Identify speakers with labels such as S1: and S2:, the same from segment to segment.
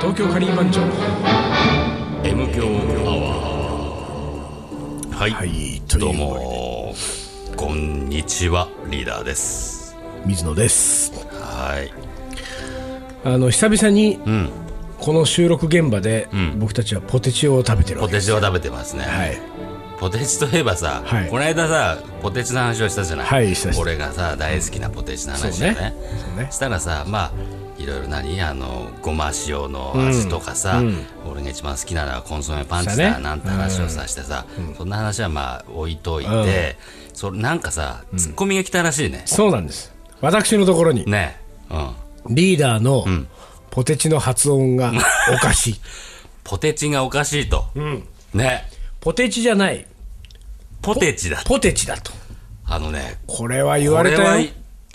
S1: 東京カリー番長
S2: M 強アワーはい、
S3: はい
S2: どうもこんにちはリーダーです
S3: 水野です
S2: はい
S1: あの久々に、この収録現場で、僕たちはポテチを食べてる
S2: ポ
S1: わけ
S2: テチを食べてますね、
S1: はい
S2: ポテチといえばさ、
S1: はい
S2: この間さポテチの話をしたじゃない、
S1: はいしたした
S2: 俺がさ大好きなポテチの話
S1: そう
S2: だ
S1: ね
S2: ね
S1: そうね
S2: したらさまあいろいろ何あのごま塩の味とかさ、俺が一番好きなのはコンソメパンチ
S1: した
S2: だ
S1: ね
S2: なんて話をさしてさ、そんな話はまあ置いといて、そなんかさツッコミが来たらしいね、
S1: そうなんです私のところに
S2: ねうん
S1: リーダーのポテチの発音がおかしい
S2: ポテチがおかしいと、ね
S1: ポテチじゃない
S2: ポテチだ
S1: ポテチだと
S2: あのね
S1: これは言われ
S2: こ
S1: た
S2: れ
S1: よ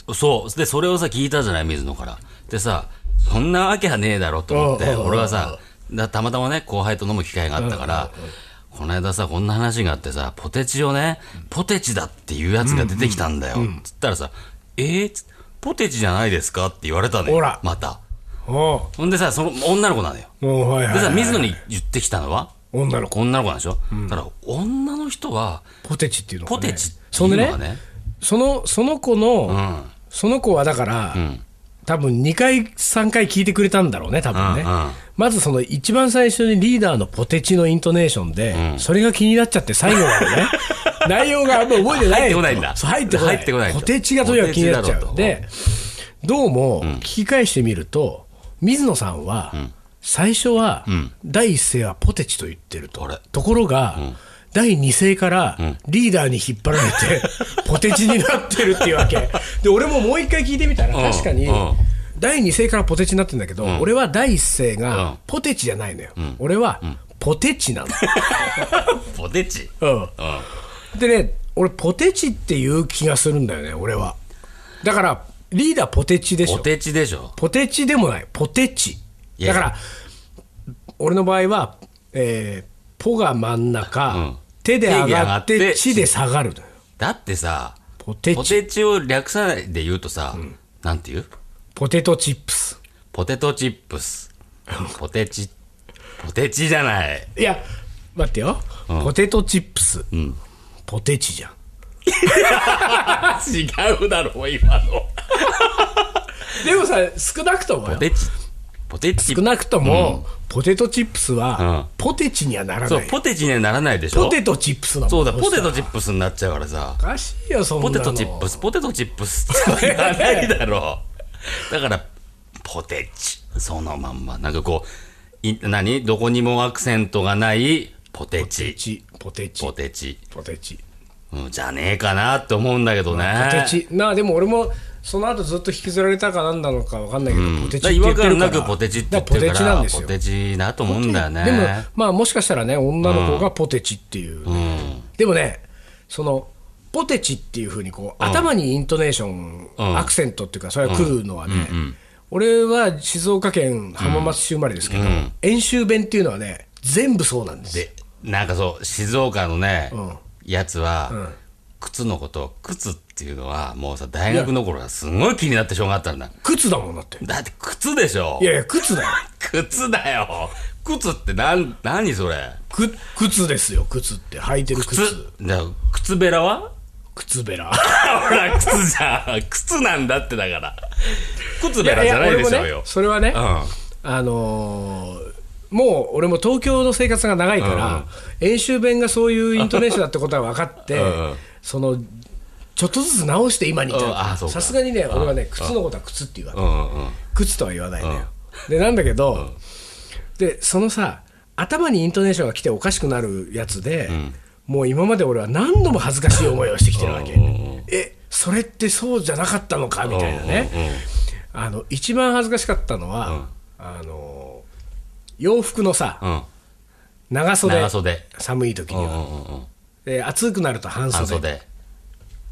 S2: はそうでそれをさ聞いたじゃない水野からでさそんなわけはねえだろと思っ
S1: おう
S2: て
S1: おうおう
S2: 俺はさだたまたまね後輩と飲む機会があったからこの間さこんな話があってさポテチをねポテチだっていうやつが出てきたんだよつったらさ「えーつポテチじゃないですか?」って言われたの
S1: ほ
S2: よ
S1: ら
S2: また
S1: お
S2: ほんでさその女の子なのよ
S1: うもうはいはい
S2: でさ
S1: はい
S2: 水野に言ってきたのは
S1: 女の子
S2: 女の子なんでしょただ女の人は
S1: ポテチっていうのか
S2: ポ
S1: ね
S2: テチって
S1: そ
S2: い
S1: んで
S2: うの
S1: ね
S2: がね
S1: そのその子の、
S2: ん
S1: その子はだから、多分2回3回聞いてくれたんだろうね多分ね、
S2: うんうん
S1: まずその一番最初にリーダーのポテチのイントネーションで、それが気になっちゃって最後まで ね内容があんま覚えてない
S2: 入ってこないんだ
S1: そう入ってこない
S2: 入ってこない
S1: ポテチがとにかく気になっちゃ
S2: ポ
S1: う
S2: テ
S1: でどうも聞き返してみると、水野さんは、最初は、第一声はポテチと言ってると
S2: あれ
S1: ところが、第2声からリーダーに引っ張られて、 ポテチになってるっていうわけ。で、俺ももう一回聞いてみたら、
S2: うん
S1: 確かに
S2: うん、
S1: 第2声からポテチになってるんだけど、俺は第一声
S2: うん
S1: がポテチじゃないのよ。俺はポテチ な
S2: ポテチ
S1: の。うんでね、俺、ポテチっていう気がするんだよね、俺は。だから、リーダーポテチでしょ。
S2: ポテチでしょ
S1: ポテチでもない、ポテチ。
S2: いや
S1: だから、俺の場合は、えーポが真ん中、
S2: ん
S1: 手で上
S2: 手で上
S1: が
S2: が
S1: っ、
S2: ってて
S1: 地で下がるのよ。
S2: だってさ
S1: ポテチ
S2: ポテチを略さないで言うとさ、なんて言う
S1: ポテトチップス。
S2: ポテトチップスポテチポテチじゃない
S1: いや、待ってよ。ポテトチップス。ポテチじゃん。
S2: 違うだろ今の
S1: でもさ、少なくとも
S2: ポ
S1: よ
S2: テチポテチ
S1: 少なくとも、ポテトチップスは、
S2: う
S1: ポテチにはなら
S2: そ
S1: な
S2: う
S1: い。
S2: ポテチにはならないでしょ
S1: ポテトチップスだもん
S2: そうだ
S1: し
S2: ポ
S1: た
S2: テ
S1: ら
S2: トチップスになっちゃうからさ
S1: おかしいよ、そんな
S2: ポ
S1: の。
S2: テトチップスポテトチップスって言わないだろうだからポテチそのまんまなんかこうい何どこにもアクセントがないポテチ
S1: チ。ポテチ
S2: ポ。テチ
S1: ポテチ。
S2: うんじゃねえかなって思うんだけどね。
S1: ポテチなあでも俺もその後ずっと引きずられたかなんなのかわかんないけど、ポテチ
S2: だ
S1: っ
S2: から
S1: て
S2: 違
S1: 言
S2: 和
S1: ってる
S2: 感
S1: から
S2: なくポテチって言ってる
S1: だ
S2: か
S1: から
S2: ら
S1: ポテチなんで、す
S2: ポ
S1: よ
S2: テチだと思うんだよね。
S1: でもまあもしかしたらね女の子がポテチっていう、でもねそのポテチっていうふうにこう、頭にイントネーション、
S2: ん
S1: アクセントっていうかそれが来るのはね、俺は静岡県浜松市生まれですけど、遠州弁っていうのはね全部そうなんです
S2: で、なんかそう、静岡のね、
S1: ん
S2: やつは、靴のことを靴っていうのは、もうさ、大学の頃はすごい気になってしょうがあったんだ。
S1: 靴だもんだって
S2: だって靴でしょ
S1: いやいや靴だよ
S2: 靴だよ靴ってなん、何それ
S1: く靴ですよ靴って履いてる靴
S2: 靴じゃあ靴べらは
S1: 靴べら
S2: ほら、靴じゃん。靴なんだってだから。靴べらじゃないでしょう
S1: いや俺も
S2: よ
S1: ね。それはね、
S2: うん
S1: あのーもう俺も東京の生活が長いから、演習弁がそういうイントネーションだってことは分かって、
S2: うん
S1: そのちょっとずつ直して今に至る
S2: うんあそうか
S1: さすがにね俺はね靴のことは靴って言うわけ、
S2: うんうん。
S1: 靴とは言わないのよ、でなんだけど、でそのさ頭にイントネーションが来ておかしくなるやつで、もう今まで俺は何度も恥ずかしい思いをしてきてるわけ、えそれってそうじゃなかったのかみたいなね、あの一番恥ずかしかったのは、あの洋服のさ、
S2: うん。
S1: 長袖
S2: 長袖
S1: 寒い時には、
S2: うんうんうん。
S1: で暑くなると半袖
S2: 半袖。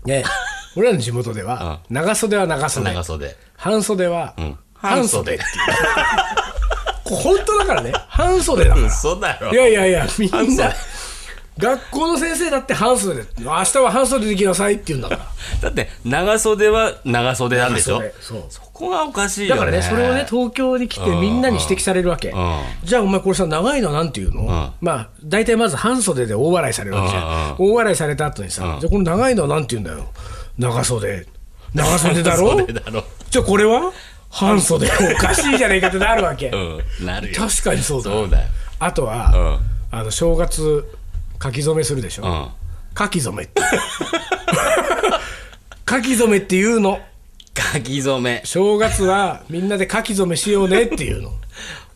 S1: ね、俺らの地元では、長袖は長袖
S2: 長袖。
S1: 半袖は、
S2: ん
S1: 半袖っていうこれ本当だからね半袖だから
S2: 嘘だろ。
S1: いやいやいやみん
S2: 半袖
S1: な学校の先生だって半袖明日は半袖で行きなさいって言うんだから
S2: だって長袖は長袖なんでしょ
S1: 長袖そう
S2: そこがおかしいよ
S1: だから
S2: ね
S1: ねそれをね東京に来てみんなに指摘されるわけ、じゃあお前これさ長いのなんていうの、まあ大体まず半袖で大笑いされるわけじゃん、大笑いされた後にさ、じゃあこの長いのはなんて言うんだよ長袖 長袖だろ
S2: 長袖だろ
S1: じゃあこれは半袖おかしいじゃねえかってなるわけ、
S2: うんなるよ
S1: 確かにそうだ
S2: そうだよ
S1: あとは、あの正月書き初めするでしょ、
S2: うん
S1: 書き初めって 書き初めっていうの
S2: 書き初め
S1: 正月はみんなで書き初めしようねっていう の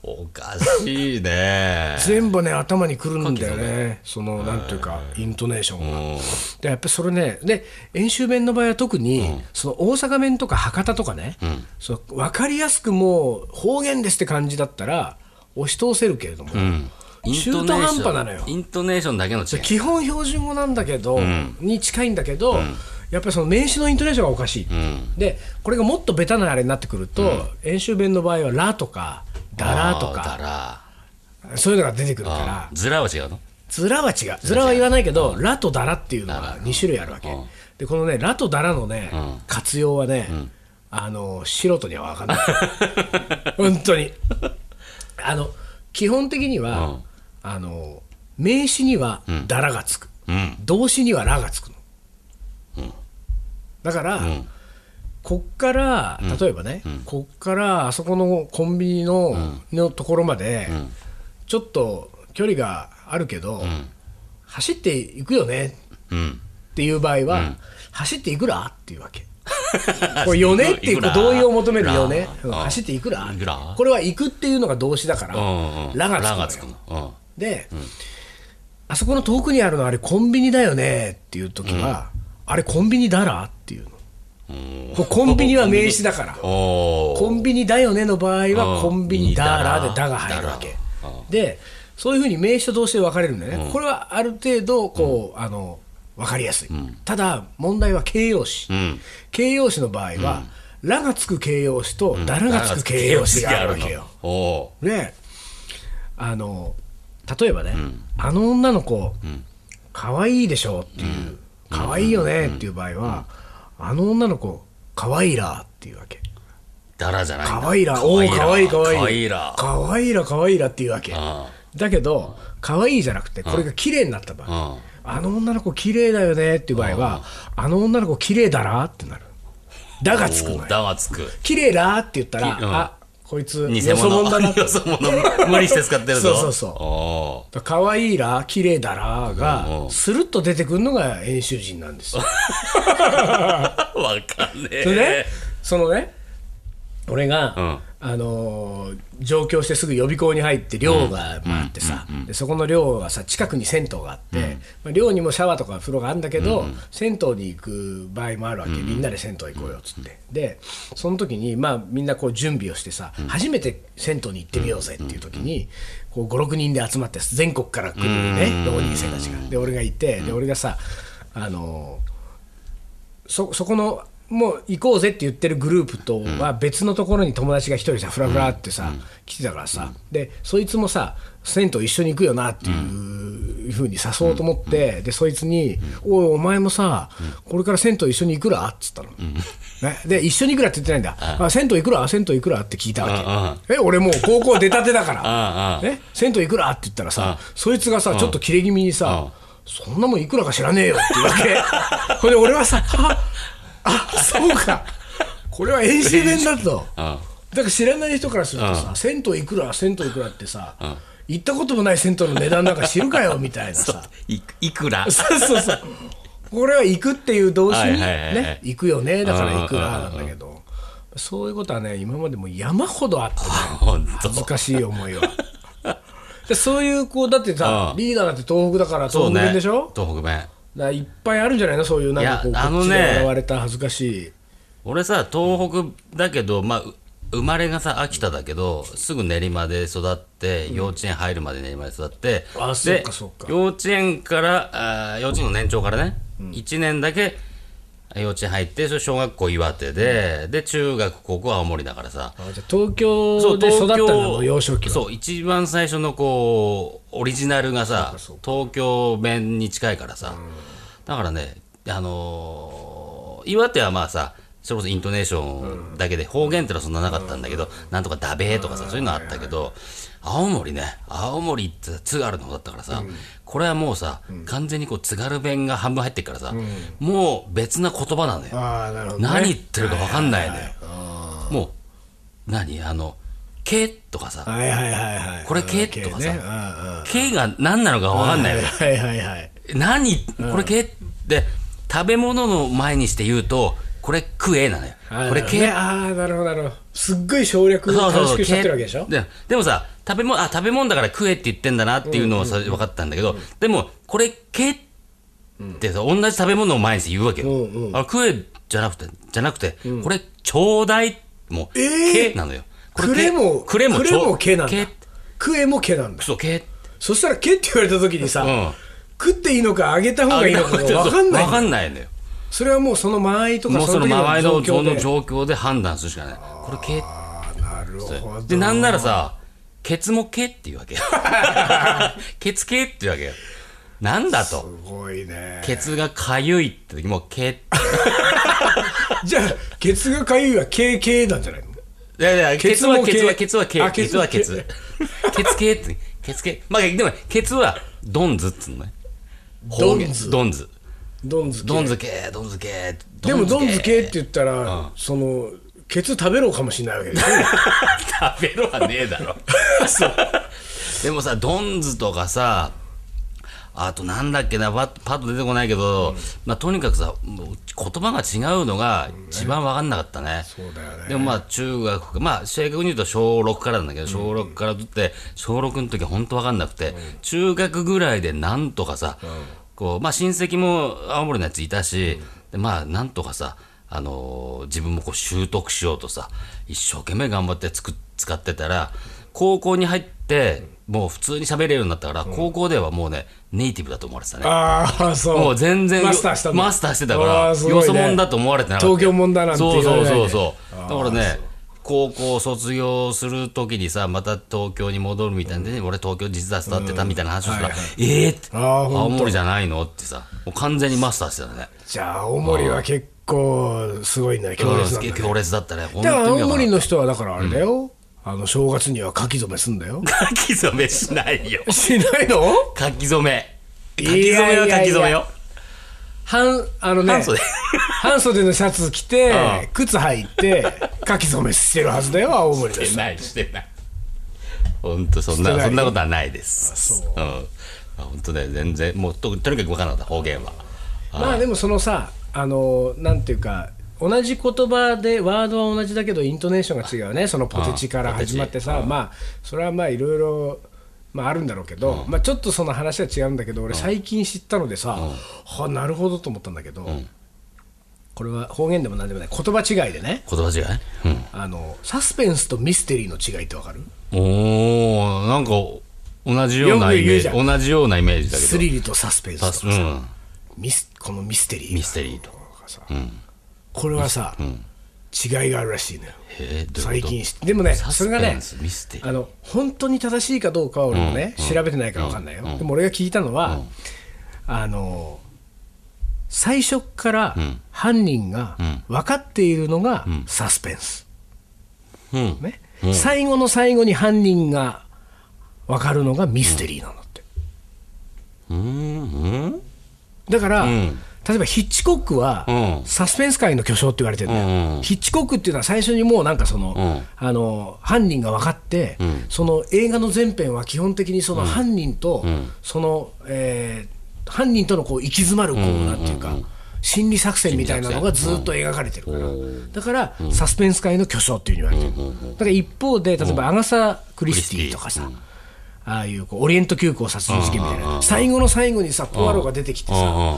S2: おかしいね
S1: 全部ね頭にくるんだよねそのなんていうかイントネーションが、でやっぱりそれねで演習弁の場合は特に、その大阪弁とか博多とかね、その分かりやすくもう方言ですって感じだったら押し通せるけれども、中途半端なのよ
S2: イントネーションだけの違い
S1: 基本標準語なんだけど、に近いんだけど、やっぱりその名詞のイントネーションがおかしい、でこれがもっとベタなあれになってくると、演習弁の場合は「ら」とか「だら」と
S2: あーだ
S1: からそういうのが出てくるから
S2: あ。ーずらは違うの
S1: ずらは違う、ずらは言わないけど、らとだらっていうのが2種類あるわけ、でこのね、らとだらのね、活用はね、あの素人には分かんない、本当に。あの基本的には、あの名詞にはだらがつく、
S2: うん
S1: 動詞にはらがつくの。だから、こっから、例えばね、こっからあそこのコンビニの,、のところまで、ちょっと距離があるけど、走っていくよね
S2: うん
S1: っていう場合は、走っていくらっていうわけ。 これよねってい
S2: いうくら
S1: 同意を求めるよね
S2: い、く
S1: うん
S2: ら
S1: 走っていくら
S2: いくら
S1: これは行くっていうのが動詞だから、
S2: うんうん
S1: らがつくの
S2: ら
S1: よ
S2: がつくのうん
S1: で、あそこの遠くにあるのあれコンビニだよねっていう時は、あれコンビニだらって いうの。これコンビニは名詞だから。
S2: おー
S1: コンビニだよねの場合は
S2: うん
S1: コンビニだら
S2: ビニだら
S1: でだが入るわけ
S2: だ
S1: でそういうふうに名詞と動詞で分かれるんだよね、これはある程度こう、あの分かりやすい、ただ問題は形容詞、
S2: ん
S1: 形容詞の場合は「ら」がつく形容詞と「だら」がつく形容詞があるわけよ、
S2: おお
S1: ねあの例えばね、あの女の子、可愛いでしょっていう、可愛いよねっていう場合は、あの女の子、可愛いらっていうわけ。
S2: ーだらじゃないんだ
S1: 可愛いら、おお、可愛い可愛い。
S2: 可愛いら
S1: 可愛いら、可愛いらっていうわけ。
S2: あ
S1: だけど、可愛いじゃなくて、これが綺麗になった場合、
S2: あ
S1: あの女の子綺麗だよねっていう場合は、あの女の子綺麗だらってなる。だがつくのよ。
S2: だがつく
S1: 綺麗だって言ったら、
S2: うん
S1: あこいつ、
S2: 偽
S1: よそ
S2: 物
S1: 者だなって
S2: よ。そ者無理して使ってる
S1: そ
S2: ぞ
S1: うそうそう
S2: お
S1: 可愛いら綺麗だら
S2: うんう
S1: が
S2: ん
S1: スルッと出てくるのが演習人なんですよ。
S2: ーわかんねえ
S1: でねそのね俺
S2: う
S1: が
S2: ん、
S1: あのー上京してすぐ予備校に入って寮がまああってさ、でそこの寮はさ近くに銭湯があって、まあ、寮にもシャワーとか風呂があるんだけど、銭湯に行く場合もあるわけ、みんなで銭湯行こうよっつってでその時に、まあ、みんなこう準備をしてさ、初めて銭湯に行ってみようぜっていう時に、こう56人で集まって全国から来るね、浪人生たちがで俺がいてで俺がさあのーそそこのもう行こうぜって言ってるグループとは別のところに友達が一人さフラフラってさ、来てたからさ、でそいつもさ銭湯一緒に行くよなっていうふうに誘おうと思って、でそいつに「おいお前もさ、これから銭湯一緒に行くら?」っつったの、ね、で一緒に行くらって言ってないんだ「あ銭湯行くら銭湯行くら?」って聞いたわけ、え俺もう高校出たてだから
S2: ああ
S1: ね、銭湯いくらって言ったらさ、そいつがさ、ちょっと切れ気味にさ、そんなもんいくらか知らねえよって言うわけ。これで俺は さ、あ、あそうか。これは遠征弁だと。だから知らない人からするとさ、銭湯いくら、銭湯いくらってさ、行ったこともない銭湯の値段なんか知るかよみたいな さ。
S2: いいくら
S1: そうそうそう。これは行くっていう動詞に
S2: はいはいはいはい
S1: ね、行くよね、だから行くらなんだけど、そういうことはね、今までも山ほどあってね
S2: 本当
S1: 恥ずかしい思いは。でそういうこうだってさ
S2: う、ん
S1: リーダーだって東北だから
S2: そ
S1: 東
S2: う
S1: 北
S2: ね
S1: 弁でしょ、
S2: 東北弁
S1: だからいっぱいあるんじゃないのそういうなんかこう
S2: い
S1: こ
S2: やあの
S1: っち
S2: ね
S1: で笑われた恥ずかしい
S2: 俺さ東北だけど、まあ、う生まれがさ秋田だけどすぐ練馬で育って幼稚園入るまで練馬で育って、
S1: あ
S2: で
S1: そっかそっか
S2: 幼稚園からあー幼稚園の年長からね、1年だけ幼稚園入って、それ小学校岩手で、で、中学、高校は青森だからさ。
S1: あじゃあ東京で育ったの幼少期は
S2: そう、一番最初のこう、オリジナルがさ、東京弁に近いからさ。だからね、あのー岩手はまあさ、それこそイントネーションだけで、方言ってのはそんななかったんだけど、なんとかだべーとかさ、そういうのあったけど、青森ね、青森って津軽の方だったからさ、これはもうさ、完全にこう津軽弁が半分入ってるからさ、もう別な言葉なのよ。
S1: ああなるほど、ね、
S2: 何言ってるか分かんないのよ。もう、何あの、けとかさ、
S1: はいはいはいはい
S2: これ
S1: 系
S2: けとか
S1: ね
S2: さ
S1: あ
S2: けが何なのか分かんないのよ。
S1: はいはいはい
S2: 何これけって食べ物の前にして言うとこれ食えなのよ
S1: あー
S2: これけ
S1: なるほどねあーなるほどなるほどすっごい省略
S2: そ
S1: 短
S2: うそうそう
S1: 縮しちゃってるわけでしょ
S2: けででもさ食べ物あ食べ物だから食えって言ってんだなっていうのをさ分かったんだけどでもこれけってさ同じ食べ物を前にして言うわけよ
S1: うんうん
S2: あ食えじゃなくてじゃなくてこれちょうだいもう
S1: えー
S2: けなのよこ
S1: くれも
S2: くれも
S1: く
S2: ち
S1: れ
S2: ょ
S1: もけなんだ
S2: け
S1: 食えもけなんだ
S2: そうけ
S1: そしたらけって言われた時にさ、
S2: うん
S1: 食っていいのかあげた方がいいのか分
S2: そう
S1: かんない
S2: わかんないのよ
S1: それはもうその間合いとか
S2: もうその
S1: 時
S2: 周りの
S1: 状況で
S2: の状況で判断するしかないこれけ
S1: あーなるほど
S2: で、なんならさ、ケツもけっていうわけよ。 ケツけっていうわけよ。なんだと。
S1: すごいね
S2: ケツがかゆいって時もけ。
S1: じゃあケツがかゆいは KK なんじゃないの
S2: いやいや、ケ
S1: ケ
S2: ツ
S1: ツ
S2: は
S1: もけ
S2: ケツはケツはけ。
S1: あ
S2: ケ
S1: ケ
S2: ツ
S1: ツ
S2: は
S1: は
S2: ケ
S1: け
S2: ツ。ケツけって、ケツけ。まあ、でも、ケツはドンズっつうのね。方
S1: ド
S2: 言
S1: ンズ
S2: ドンズ。
S1: ドンズ
S2: ドンズけ、ドンズけ。
S1: でもドンズ系
S2: け。
S1: って言ったら、そのケツ食べろかもしれないわけでしょ
S2: 食べろはねえだろ。でもさ、ドンズとかさ、あとなんだっけな、パッパッと出てこないけど、まあ、とにかくさ、もう言葉が違うのが一番分かんなかったね。
S1: そうだよね
S2: でもまあ中学、まあ正確に言うと小6からなんだけど、小6からずって、小6の時は本当分かんなくて、中学ぐらいでなんとかさ、こう、まあ親戚も青森のやついたし、でまあなんとかさ、あのー自分もこう習得しようとさ、一生懸命頑張ってつく使ってたら、高校に入って、もう普通に喋れるようになったから、高校ではもうね、ネイティブだと思われてたね。
S1: ああそう
S2: もう全然
S1: マスターしたんだ
S2: マスターしてたから
S1: あ
S2: よ
S1: ーすごいね
S2: そもんだと思われてなかった
S1: 東京もんだなんて
S2: そう
S1: 言わ
S2: そ
S1: れ
S2: う
S1: ない
S2: そ
S1: で
S2: うそうだからね高校卒業するときにさまた東京に戻るみたいで、俺東京実は育ってたみたいな話をしたら、ええー、って
S1: あーほんと
S2: 青森じゃないのってさもう完全にマスターしてたね
S1: じゃあ青森は結構すごいんだね強烈なんだね
S2: 強烈だったね本
S1: だから
S2: 当に
S1: 青森
S2: の
S1: の人はだからあれだよ、あの正月には書き初めすんだよ
S2: 書き初めしないよ
S1: しないの
S2: 書き初め書
S1: い
S2: き
S1: やい
S2: 初
S1: やい
S2: め
S1: や
S2: は書き初めよ
S1: 半あのね
S2: 半袖
S1: 半袖のシャツ着て、
S2: うん
S1: 靴履いて書き初めしてるはずだよ青森の
S2: して
S1: 人
S2: ないしてない本当そん
S1: して
S2: な
S1: ない
S2: そんなことはないですうんあ本当ね全然もうととにかく分からなかった方言は
S1: まあでもそのさあのなんていうか同じ言葉でワードは同じだけどイントネーションが違うねそのポテチから始まってさ、まあそれはまあいろいろまああるんだろうけど、まあちょっとその話は違うんだけど俺最近知ったのでさ、はなるほどと思ったんだけど、これは方言でも何でもない言葉違いでね
S2: 言葉違い、
S1: あのサスペンスとミステリーの違いってわかる
S2: うん、おーなんか同じような
S1: よ
S2: イ
S1: く
S2: メ
S1: 言う
S2: ージ
S1: じゃん
S2: 同じようなイメージだけど
S1: スリルとサスペンスとか
S2: さ
S1: さ、
S2: うん、
S1: ミスこのミステリー
S2: ミステリーと
S1: とかさ、これはさ、違いがあるらしいのよ
S2: へえどう
S1: 最
S2: いうこと
S1: 近知ってでもね
S2: サ
S1: そ
S2: ス
S1: れが
S2: ペ
S1: ね
S2: ンスミステリー
S1: あの本当に正しいかどうかは俺もね、調べてないから分かんないよ、でも俺が聞いたのは、あの最初から犯人が分かっているのがサスペンス、
S2: うん
S1: ね最後の最後に犯人が分かるのがミステリーなんだって、
S2: うんうん
S1: だから、
S2: ん
S1: 例えばヒッチコックは、
S2: うん
S1: サスペンス界の巨匠って言われてるんだよ、
S2: うんうん
S1: ヒッチコックっていうのは最初にもうなんかその、
S2: うん
S1: あの犯人が分かって、その映画の全編は基本的にその犯人と、その、えー犯人とのこう行き詰まるこう、なんていうか心理作戦みたいなのがずっと描かれてるから、だから、サスペンス界の巨匠っていうふうに言われてる、だから一方で例えばアガサ・クリスティとかさ、ああいうこうオリエント急行殺人事件みたいな、最後の最後にさ、ポアロが出てきて
S2: う
S1: さ、
S2: んうん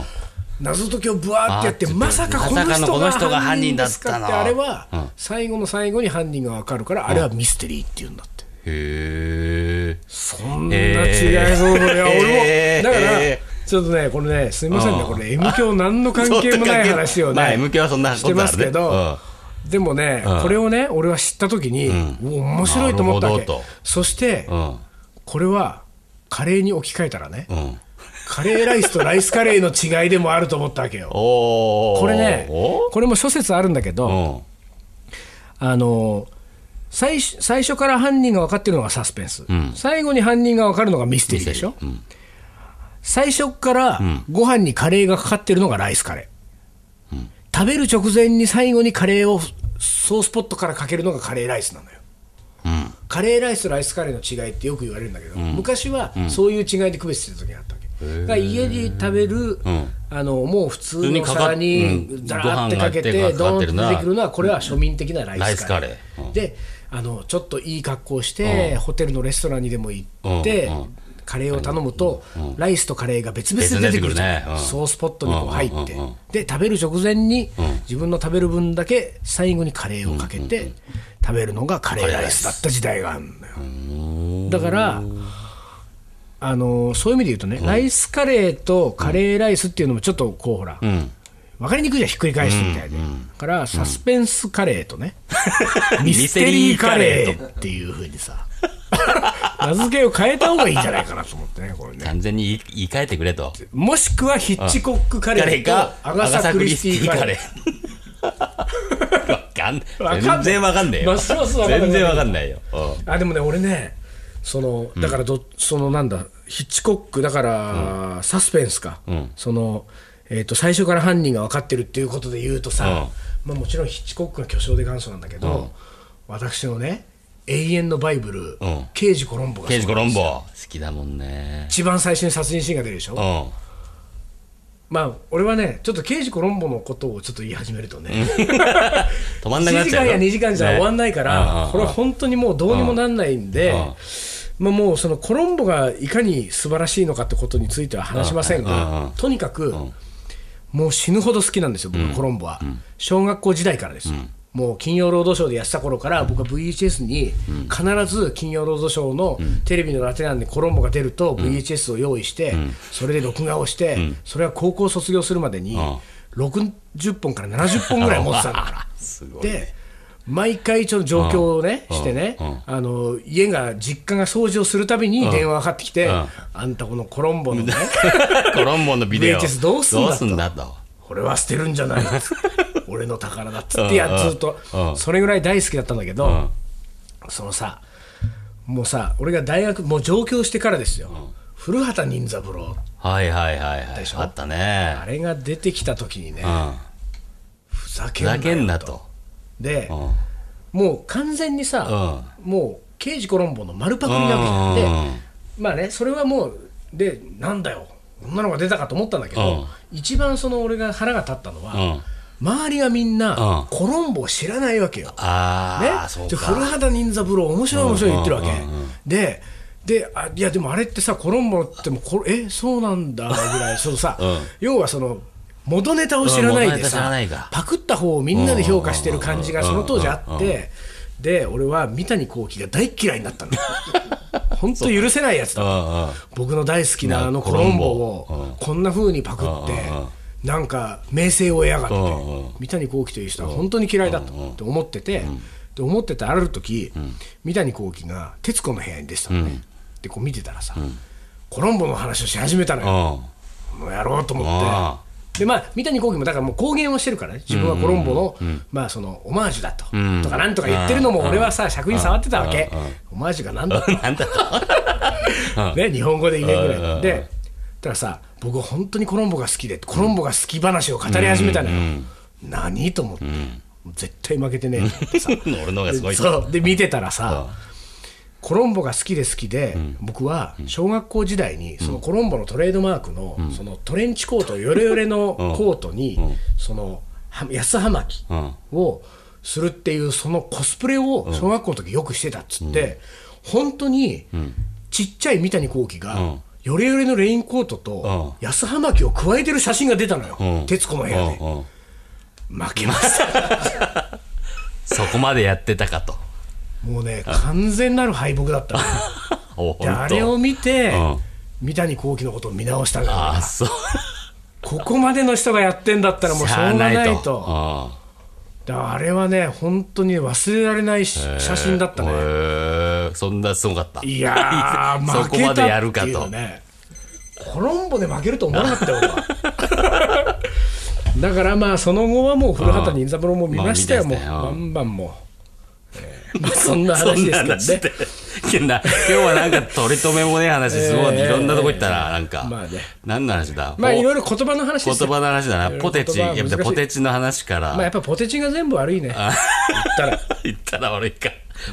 S1: 謎解きをぶわーってやって、
S2: あー
S1: まさかこの
S2: まさかのこの人
S1: 人
S2: が
S1: が
S2: 犯
S1: 犯
S2: 人
S1: 人
S2: だ
S1: で
S2: っ
S1: すか
S2: た
S1: って、
S2: な
S1: あれは最後の最後に犯人が分かるから、あれはミステリーっていうんだって。
S2: へえ
S1: そんな違いそうだよ、
S2: へ
S1: 俺
S2: ー
S1: も。だから
S2: へ、
S1: ちょっとね、これね、すみませんね、
S2: うん
S1: これ、M 響、何の関係もない話をね、
S2: まあ M 響はそんな
S1: してますけ
S2: ことあ
S1: ど
S2: るね、
S1: でもね、
S2: うん
S1: これをね、俺は知ったときに、お面白いと思ったわ
S2: な
S1: け
S2: るほどと、
S1: そして、
S2: うん
S1: これはカレーに置き換えたらね、
S2: うん
S1: カレーライスとライスカレーの違いでもあると思ったわけよ。
S2: おー
S1: これね、
S2: お
S1: これも諸説あるんだけど、
S2: ー
S1: あの最初最初から犯人が分かってるのがサスペンス、
S2: ん
S1: 最後に犯人が分かるのがミステリーでしょ、最初からご飯にカレーがかかってるのがライスカレー、食べる直前に最後にカレーをソースポットからかけるのがカレーライスなのよ
S2: うんうん
S1: カレーライスとライスカレーの違いってよく言われるんだけど、昔はそういう違いで区別してた時があったわけ、だから家で食べる、あのもう普通の皿に
S2: 普通にかかっうん
S1: ザラーってかけて
S2: ご飯があってか
S1: ド
S2: かっ
S1: ーンって
S2: てるな
S1: 出てくるのはこれは庶民的なライスカレー,、
S2: ライスカレーうん
S1: であのちょっといい格好をして、
S2: うん
S1: ホテルのレストランにでも行って、
S2: うんうん
S1: カレーを頼むと、ライスとカレーが別々で出てくるじゃん
S2: 別々に出てくるねうん
S1: ソースポットにこう入って、
S2: うんうんうんうん
S1: で食べる直前に自分の食べる分だけ最後にカレーをかけて、食べるのがカレーライスだった時代があるんだよだからあのそういう意味で言うとね、ライスカレーとカレーライスっていうのもちょっとこうほら、
S2: うん
S1: 分かりにくいじゃんひっくり返すみたいで、だからサスペンスカレーと ね、ミステリーカレーっていうふうにさ名付けを変えた方がいいんじゃないかなと思ってねこれね
S2: 完全に言い言い換えてくれと
S1: もしくはヒッチコックカレ
S2: 彼
S1: ーと
S2: が
S1: アガサ・クリスティカレー
S2: ーわかん
S1: わかんない
S2: 全然わかんないよ
S1: ますますわかんない
S2: 全然わかんないようん
S1: あでもね俺ねそのだからど、そのなんだヒッチコックだから、サスペンスか、そのえー、と最初から犯人が分かってるっていうことで言うとさ、まあ、もちろんヒッチコックが巨匠で元祖なんだけど、私のね永遠のバイブル、
S2: ん
S1: 刑事コロンボが
S2: 刑事コロンボ好きだもんね
S1: 一番最初に殺人シーンが出るでしょ、
S2: うん
S1: まあ俺はねちょっと刑事コロンボのことをちょっと言い始めるとね、
S2: 止まんなくな
S1: 1
S2: っ
S1: 時
S2: ちゃ
S1: 間
S2: う
S1: や2時間じゃ終わんないから、これは
S2: は
S1: 本当にもうどうにもなんないんで
S2: うん、
S1: まあ、もうそのコロンボがいかに素晴らしいのかってことについては話しません
S2: うんうんう
S1: が
S2: ん、
S1: とにかく、もう死ぬほど好きなんですよ、僕はコロンボは。小学校時代からですよ。もう金曜ロードショーでやってた頃から、僕は VHS に必ず金曜ロードショーのテレビのラテ欄でコロンボが出ると VHS を用意して、それで録画をして、それは高校卒業するまでに
S2: ん
S1: 60本から70本ぐらい持ってたんだ から。
S2: すごい
S1: で毎回ちょっと状況をね、
S2: うん
S1: してね、
S2: うん
S1: あの家が実家が掃除をするたびに電話がかかってきて、
S2: うん
S1: あんたこのコロン ボのね
S2: コロンボのビデオ
S1: VHS どうすんだと
S2: どうすんだと
S1: これは捨てるんじゃないっつって俺の宝だっつって
S2: うんう
S1: や
S2: ん
S1: ずっと、
S2: うん
S1: それぐらい大好きだったんだけど、
S2: ん
S1: そのさもうさ俺が大学もう上京してからですよ、古畑任三郎
S2: はいはいはいはい
S1: でしょ
S2: あった
S1: あ
S2: ね
S1: れが出てきた時にね、
S2: うん
S1: ふざけん
S2: ふ
S1: な
S2: ざ
S1: よ
S2: けんなと
S1: で、
S2: うん
S1: もう完全にさ、もう刑事コロンボの丸パクリなわけじゃん
S2: うんうんうん
S1: でまあねそれはもうでなんだよ女の子が出たかと思ったんだけど、一番その俺が腹が立ったのは、周りがみんな、
S2: うん
S1: コロンボを知らないわけよ。ね
S2: ああ、そう
S1: で
S2: か
S1: 古畑任三郎面白い面白い言ってるわけ、
S2: うんうんうんうん
S1: でであいやでもあれってさコロンボってもこれえそうなんだぐらいそのさ、
S2: うん
S1: 要はその元ネタを知らないで
S2: うん元ネタ知ら
S1: さ
S2: ないか
S1: パクった方をみんなで評価してる感じが
S2: うんう
S1: そ
S2: んうん
S1: の
S2: う
S1: 当
S2: ん
S1: 時あってで俺は三谷幸喜が大っ嫌いにな ったの本当許せないやつだ
S2: うんうん
S1: 僕の大好きなあのコロンボをこんな風にパクって
S2: うんうん
S1: なんか名声を得やがって
S2: うんうん
S1: 三谷幸喜という人は本当に嫌いだとって思っててで思ってたある時三谷幸喜が『徹子の部屋』に出てたのねでこう見てたらさコロンボの話をし始めたのよ
S2: うん
S1: もうやろうと思
S2: あ
S1: って。でまあ、三谷幸喜もだからもう公言をしてるからね、自分はコロンボの,、まあ、そのオマージュだと、
S2: ん
S1: とかなんとか言ってるのも、俺はさ、尺に触ってたわけ、オマージュがなんだと
S2: なんだと
S1: ね、日本語で言えぐ
S2: うん
S1: ら
S2: うん。
S1: い。で、たらさ、僕、本当にコロンボが好きで、コロンボが好き話を語り始めたのよ。何と思って、絶対負けてねえと思ってさ
S2: 俺の方がすごいと
S1: そうで見てたらさ、コロンボが好きで好きで、僕は小学校時代に、そのコロンボのトレードマークの、そのトレンチコート、ヨレヨレのコートに、そのは安はまき
S2: うん
S1: をするっていう、そのコスプレを小学校の時よくしてたっつって、本当にちっちゃい三谷幸喜が、
S2: うん
S1: ヨレヨレのレインコートと安はまきを加えてる写真が出たのよ、
S2: うん
S1: 徹子の部屋で。
S2: うんうん
S1: 負けました。
S2: そこまでやってたかと
S1: もうね、完全なる敗北だったのよ。
S2: お
S1: で
S2: ほんと
S1: あれを見て、
S2: うん
S1: 三谷幸喜のことを見直したんだから
S2: あそう
S1: ここまでの人がやってんだったらもうしょうがないとだからあれはね本当に忘れられないし写真だった
S2: へ
S1: ね
S2: えそんなすごかった
S1: いやー
S2: そ
S1: 負
S2: こ
S1: けた
S2: ま
S1: って
S2: でやるか
S1: いう
S2: と
S1: のねコロンボで負けると思わなかったよ俺は だからまあその後はもう古畑任三郎も見ましたよ
S2: ま
S1: も
S2: あ見
S1: う
S2: たよ
S1: バンバンもう、えー まあ そんな話ですけどね
S2: そんな話で 今日はなんか取り留めもねえ話すごい、
S1: ええ
S2: いろんなとこ行ったななんか、
S1: まあね
S2: 何の話だ
S1: まあいろ
S2: い
S1: いろ言葉の話で
S2: 言
S1: すよ
S2: 葉の話だ
S1: いろ
S2: ない
S1: ろ
S2: ポテチ
S1: 言葉
S2: や
S1: は難しい
S2: っぱポテチの話から、
S1: まあやっぱポテチが全部悪いね言ったら
S2: 言ったら悪いか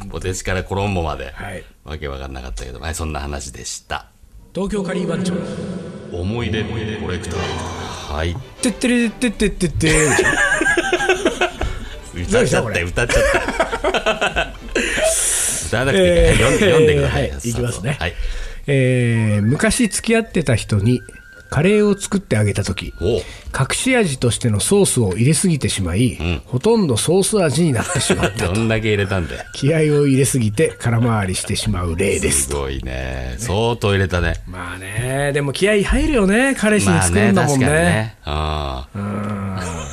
S2: ポテチからコロンボまで、
S1: はい
S2: わけわかんなかったけど、まあ、そんな話でした
S1: 東京カリー番長
S2: 思い出コレクターはい
S1: てってれてってってってでしょ
S2: 歌っちゃ
S1: ど
S2: っ
S1: うでし
S2: た歌っちゃった 歌わなくていいから、読んで読んでください、
S1: えーはいいきますね
S2: はい、
S1: えー昔付き合ってた人にカレーを作ってあげた時
S2: おう
S1: 隠し味としてのソースを入れすぎてしまい、ほとんどソース味になってし まう
S2: どんだけ入れたんだよ
S1: 気合を入れすぎて空回りしてしまう例です
S2: すごいね相当入れたね
S1: まあねでも気合入るよね彼氏に
S2: まあ
S1: 作る
S2: ね
S1: んだも
S2: 確
S1: ん
S2: か
S1: ね,、
S2: にねうん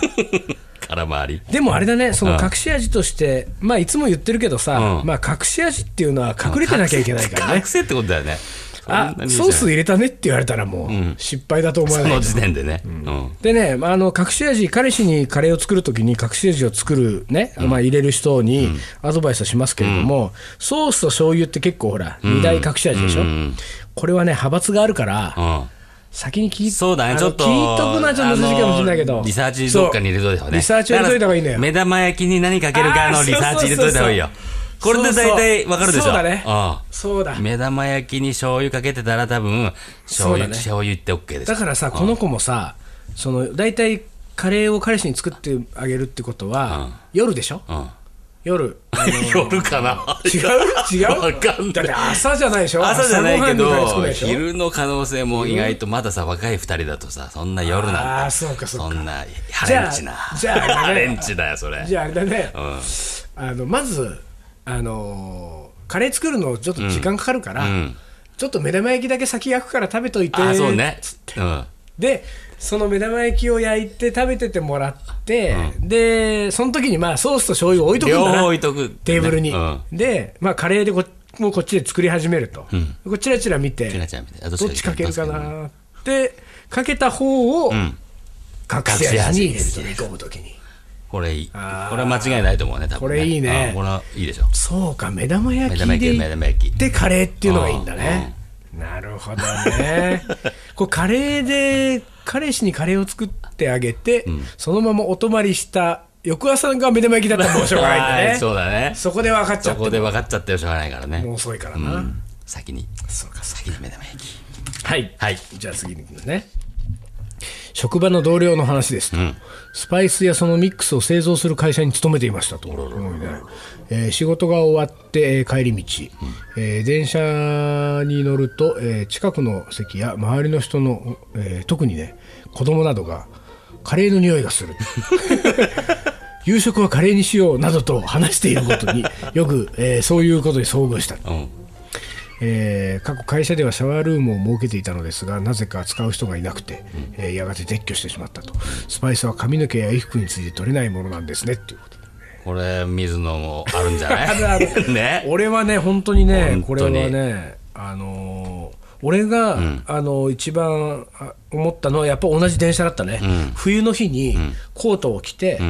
S2: 空回り
S1: でもあれだねその
S2: うん
S1: 隠し味として、まあいつも言ってるけどさ、
S2: うん
S1: まあ隠し味っていうのは隠れてなきゃいけないからね
S2: 隠せってことだよね
S1: あ
S2: そんなに
S1: ソース
S2: じ
S1: 入れたねって言われたらもう失敗だと思わ
S2: ゃん
S1: な
S2: そ
S1: い、
S2: の時点でねうん
S1: でね、まあ、あの隠し味、彼氏にカレーを作るときに隠し味を作るね、まあ、入れる人にアドバイスはしますけれども、ソースと醤油って結構ほら、二大隠し味でしょ、これはね、派閥があるから、
S2: うん
S1: 先に聞い
S2: そうだ
S1: あ
S2: ね、
S1: の
S2: ちょっと。
S1: 聞いとくのはちょっと難しいかもしれないけ
S2: あ
S1: ど、
S2: のリサーチどっかに入れといた方が
S1: そう
S2: ね。
S1: リサーチを入れといた方がいいの
S2: だ
S1: よ
S2: から。目玉焼きに何かけるか
S1: あー
S2: のリサーチ入れといた方がいいよ。
S1: そ
S2: こ
S1: うそ
S2: れ
S1: うそう
S2: で大体わかるでしょ。
S1: そうだね
S2: う
S1: そうだ
S2: ん。目玉焼きに醤油かけてたら多分、醤
S1: そうだ
S2: 油、
S1: ね
S2: 醤油って OK です
S1: だ。からさ、この子もさ、その大体カレーを彼氏に作ってあげるってことは、夜でしょ、
S2: うん。
S1: 夜、
S2: 夜かな
S1: 違う違う
S2: わかん
S1: だ
S2: な
S1: って
S2: い。
S1: 朝じゃないでしょ
S2: 朝じゃないけ
S1: 朝ごはんにカレー
S2: ど
S1: 作る、でしょ
S2: 昼の可能性も意外とまださ、若い二人だとさ、そんな夜なんだ。
S1: あーそうかそうか
S2: そんな、ハレンチな。
S1: じゃあじゃああ
S2: ハ
S1: れだね
S2: レンチだよ、それ。
S1: じゃああれだね、
S2: ん
S1: あのまず、あのーカレー作るのちょっと時間かかるから、
S2: ん
S1: ちょっと目玉焼きだけ先焼くから食べといて
S2: あー、そうね
S1: つ。
S2: うん。
S1: でその目玉焼きを焼いて食べててもらって、でその時にまあソースと醤油を置いとくんだ
S2: 両
S1: な
S2: 方置いとく。
S1: テーブルに、
S2: うん
S1: で、まあ、カレーでこもうこっちで作り始めると、こうチラチラ見て
S2: チラチラ見てあ
S1: ど
S2: ど
S1: っ
S2: っ
S1: ち
S2: ち
S1: か
S2: か
S1: け
S2: け
S1: る
S2: る
S1: か
S2: かな
S1: なってかけた方を隠し味に入れると煮込む時に
S2: これいい。これ
S1: あー
S2: は間違いないと思うね、多分、ね。
S1: これいいね
S2: うんこれはいいでしょ。
S1: そうか目玉焼き
S2: 目玉焼き目玉焼
S1: で
S2: き
S1: でカレーっていうのがいいんだね、なるほど ねこうカレーで彼氏にカレーを作ってあげて、そのままお泊まりした翌朝が目玉焼きだったらもうしょうがないんだね
S2: はいそうだね。
S1: そこで分かっちゃ
S2: そ
S1: って
S2: こで分かっちゃってるしょうがないからね。
S1: もう遅いから
S2: う
S1: な、
S2: ん。先に。
S1: そうか
S2: 先に目玉焼き。
S1: はい、
S2: はい
S1: じゃあ次に行きますね職場の同僚の話ですと、スパイスやそのミックスを製造する会社に勤めていましたと、えー仕事が終わって、えー帰り道、えー電車に乗ると、えー近くの席や周りの人の、えー特にね子供などがカレーの匂いがする夕食はカレーにしようなどと話していることによく、えーそういうことに遭遇した
S2: うん。
S1: えー過去会社ではシャワールームを設けていたのですがなぜか使う人がいなくて、えーやがて撤去してしまったとスパイスは髪の毛や衣服について取れないものなんですねっていうこと
S2: これ、水野も あるんじゃない
S1: あるあ
S2: ね。
S1: 俺はね本当にね
S2: 本
S1: これは
S2: 当に
S1: ねあのー俺が、あのー一番あ思ったのはやっぱ同じ電車だったね、冬の日にコートを着て、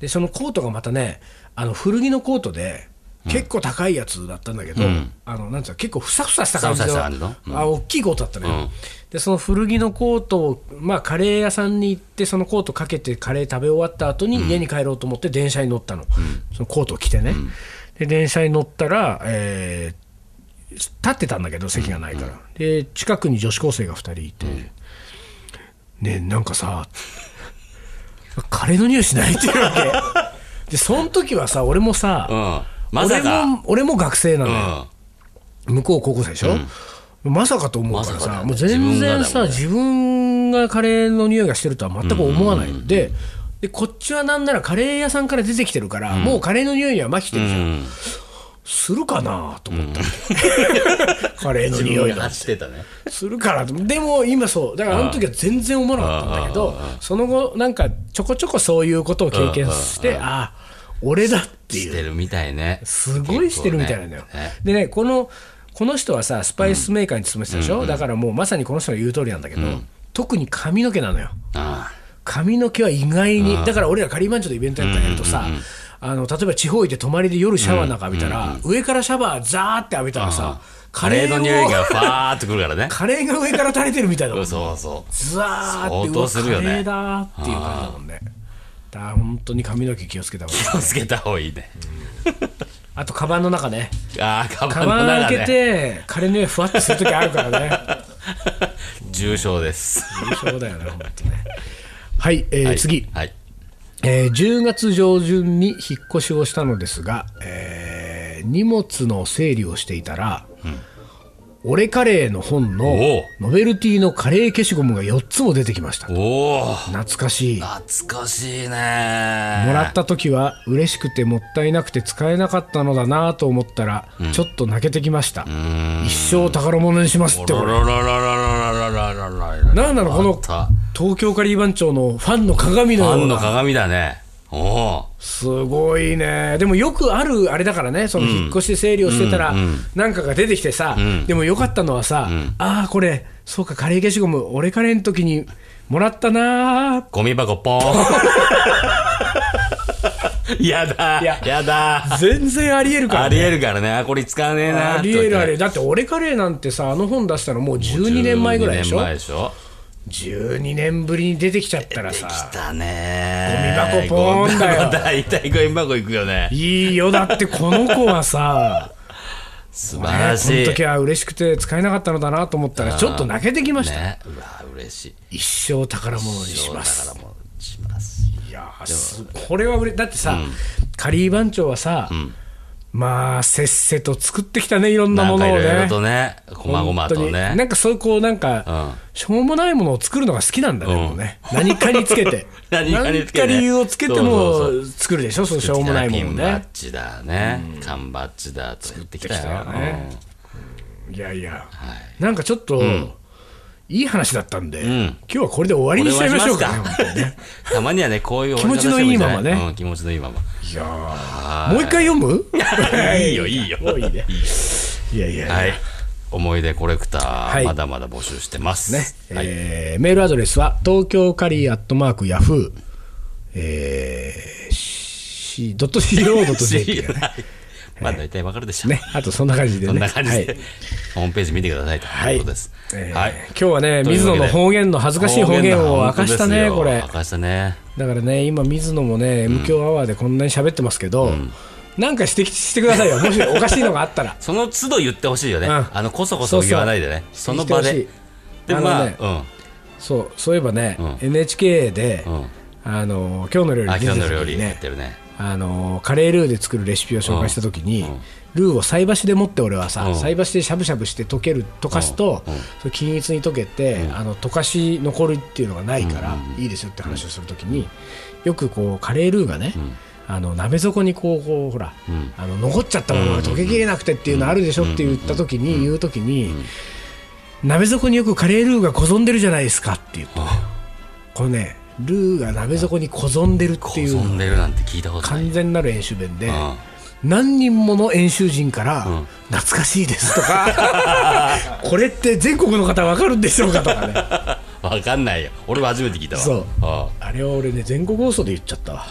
S1: でそのコートがまたねあの古着のコートで結構高いやつだったんだけど、あのなんつうの結構ふさふさした感じ
S2: ふ
S1: の
S2: さふさした感じのうん
S1: あ大きいコートだったね、
S2: うん
S1: でその古着のコートを、まあ、カレー屋さんに行ってそのコートかけてカレー食べ終わった後に家に帰ろうと思って電車に乗ったの、そのコートを着てね、で電車に乗ったら、えー立ってたんだけど席がないから、で近くに女子高生が2人いて、ねえなんかさカレーの匂いしないっていうわけでその時はさ俺もさ、
S2: うん。まさ
S1: 俺
S2: か。
S1: も俺も学生なの
S2: う
S1: よ、
S2: ん。
S1: 向こう高校生でしょ、まさかと思うから
S2: まさ
S1: さ、
S2: かだね
S1: もう全然さ自
S2: 自
S1: 分がカレーの匂いがしてるとは全く思わないんででこっちはなんならカレー屋さんから出てきてるから、もうカレーの匂いにはまきてるじゃん、するかなと思った、 カレーの匂いが
S2: 走ってたね。
S1: するからとでも今そうだからあの時は全然思わなかったんだけどその後なんかちょこちょこそういうことを経験してああ俺だって
S2: し
S1: いう
S2: てるみたいね。
S1: すごいしてるみたいなんだよ、でねこのこの人はさスパイスメーカーに勤めてたでしょ、だからもうまさにこの人の言う通りなんだけど、特に髪の毛なのよ
S2: あ
S1: 髪の毛は意外に、だから俺らカリーマンチョのイベントやったやるとさ、あの例えば地方行って泊まりで夜シャワーなんか浴びたら、上からシャワーザーって浴びたらさ、カ
S2: カレ
S1: レ
S2: ー
S1: ー
S2: の
S1: の
S2: 匂
S1: 匂
S2: い
S1: い
S2: が
S1: が、
S2: ファーってくるからね。
S1: カレーが上から垂れてるみたいだもん、
S2: そうそう。
S1: ザーって、
S2: 相
S1: うわ
S2: 当す
S1: カ
S2: るよね
S1: レーだーっていう感じだもんね。だから本当に髪の毛気をつけた方がいい。
S2: 気をつけた方がいいね。
S1: あと、カバンの中ね。
S2: ああ、カ
S1: カ
S2: バン
S1: バ
S2: の
S1: ン
S2: 中
S1: 開け
S2: ね。
S1: て、カレーの匂いふわっとするときあるからね。
S2: 重症です。
S1: 優うだよね、本当ね。はい、えー次。
S2: はい。
S1: えー10月上旬に引っ越しをしたのですが、えー荷物の整理をしていたら、俺カレーの本の
S2: おう
S1: ノベルティのカレー消しゴムが4つも出てきました。
S2: おお。
S1: 懐かしい。も
S2: 懐かしいね。もら
S1: らっ。た時は嬉しくてもったいなくて使えなかったのだなと思ったら、ちょっと泣けてきました。一生宝物にしますって
S2: ロ
S1: 俺。
S2: ロロロロロロロロロ。
S1: なんなのこ
S2: あ
S1: の
S2: った
S1: 東京カリー番長のファンの鏡の
S2: フ
S1: よ
S2: ァ
S1: う
S2: ン
S1: な
S2: の鏡だね。おお。
S1: すごいね、でもよくあるあれだからね、その引っ越しで整理をしてたら、なんかが出てきてさ、でもよかったのはさ、ああ、これ、そうか、カレー消しゴム、俺カレーの時にもらったなー、
S2: ゴミ箱ポーン。やだ。
S1: や
S2: やだ。
S1: 全然ありえるから
S2: あり
S1: ね、
S2: えるからね。あこれ使わねえな。
S1: ありえるありえ
S2: る。
S1: る、だって俺カレーなんてさ、あの本出したのもう12年前ぐらいでしょ
S2: 12年、前でしょ。
S1: 12年ぶりに出てきちゃったらさ、
S2: 来たね
S1: ゴミ箱ポーンだよ
S2: ゴミ箱大体ゴミ箱行くよね
S1: いいよ、だってこの子はさ、
S2: 素
S1: ね
S2: 晴らし
S1: この
S2: い
S1: 時は嬉しくて使えなかったのだなと思ったら、ちょっと泣けてきました、
S2: ねうわ嬉しい
S1: 一生宝物にします。
S2: だからもうします
S1: いやーすこれは売れだってさ、カリー番長はさ、まあせっせと作ってきたねいろんな
S2: な
S1: も
S2: ん
S1: の
S2: か
S1: を
S2: い
S1: ね
S2: ろいろとねこまごまと
S1: 本当に
S2: ね
S1: なんかそういうこうなんか、しょうもないものを作るのが好きなんだね、
S2: うん
S1: もうね何かにつけて
S2: 何かにつけてね
S1: 何か理由をつけて
S2: そうそ
S1: も作るでしょそうしょうもないも
S2: ピ
S1: のを
S2: ンバッ
S1: ね
S2: ジだね缶バッジだと言ってきた
S1: 作って
S2: よ
S1: きたよねいやいや、
S2: い
S1: なんかちょっと、いい話だったんで、
S2: ん
S1: 今日はこれで終わり
S2: うん
S1: にしちゃいましょうか,、ね
S2: これはしますか たまにはねこういう終わり方
S1: 気持ちのいいままね
S2: してもいいんじゃないうん気持ちのいいまま
S1: いやーもう一回読 む
S2: いいよいいよ
S1: もういいねいやいやいや
S2: はい思い出コレクタ
S1: は
S2: ー
S1: い
S2: まだまだ募集してます
S1: ね
S2: はい
S1: えーメールアドレスは東京カリーアットマークヤフー、えー、しドットシーロードと JP ね、
S2: まあ大体わかるでしょう
S1: ね、あとそんな感じでね。
S2: そんな感じで、
S1: はい
S2: ホームページ見てくださいということです。
S1: えー
S2: はい
S1: 今日はね、
S2: という
S1: 水
S2: わ
S1: 野
S2: けで
S1: の方言の恥ずかしい方言を明かしたね、これ
S2: 方言だ本当ですよ明。かしたね。。
S1: だからね、今、水野もね、M 強アワーでこんなに喋ってますけど、なんか指摘してくださいよ、もしおかしいのがあったら
S2: その都度言ってほしいよね。
S1: うん
S2: あの、こそこそ言わないでね。その場
S1: 指摘し
S2: で
S1: て。ほしいあ
S2: で、
S1: の
S2: まあ、
S1: ね
S2: うん。
S1: そう、そういえばね、
S2: ん
S1: NHK で、
S2: うん
S1: あの、今日の料理
S2: あ、
S1: に出
S2: 今
S1: て
S2: 日
S1: た
S2: の料
S1: 時
S2: 理
S1: に
S2: やっ
S1: ね
S2: て、るね。
S1: あのーカレールーで作るレシピを紹介した時に、
S2: うんうん
S1: ルーを菜箸で持って俺はさ、
S2: うん
S1: 菜箸でしゃぶしゃぶして溶ける溶かすと、
S2: うんうん
S1: それ均一に溶けて、あの溶かし残るっていうのがないから、いいですよって話をする時によくこうカレールーがね、あの鍋底にこうこうほら、
S2: ん
S1: あの残っちゃったものが溶けきれなくてっていうのあるでしょって言った時に、言う時に、鍋底によくカレールーがこぞんでるじゃないですかって言って、これねルーが鍋底にこぞんでるっていう
S2: 遊
S1: の
S2: んでるなんて聞いたことない。
S1: 完全なる演習弁で、
S2: ん
S1: 何人もの演習人から、
S2: ん
S1: 懐かしいですと か これって全国の方わかるんでしょうかとかね
S2: わかんないよ。俺も初めて聞いたわ。
S1: そう
S2: あ
S1: あれは俺ね全国放送で言っちゃった わ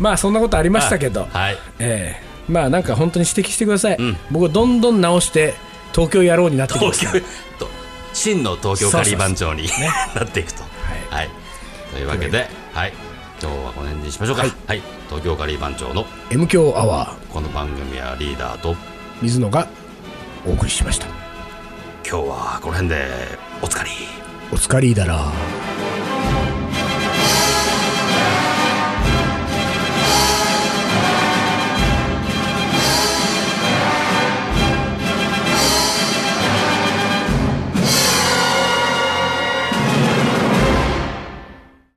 S1: まあそんなことありましたけど、
S2: はい。
S1: ええまあなんか本当に指摘してください、
S2: ん
S1: 僕はどんどん直して東京野郎になってきま
S2: 東
S1: す
S2: 京、と真の東京カリー番長に なっていくと。はい。というわけで、はい。今日はこの辺にしましょうか。はい。東京カリー番長の
S1: M 強アワー
S2: この番組はリーダーと
S1: 水野がお送りしました
S2: 今日はこの辺でおつかり。
S1: お疲れだらー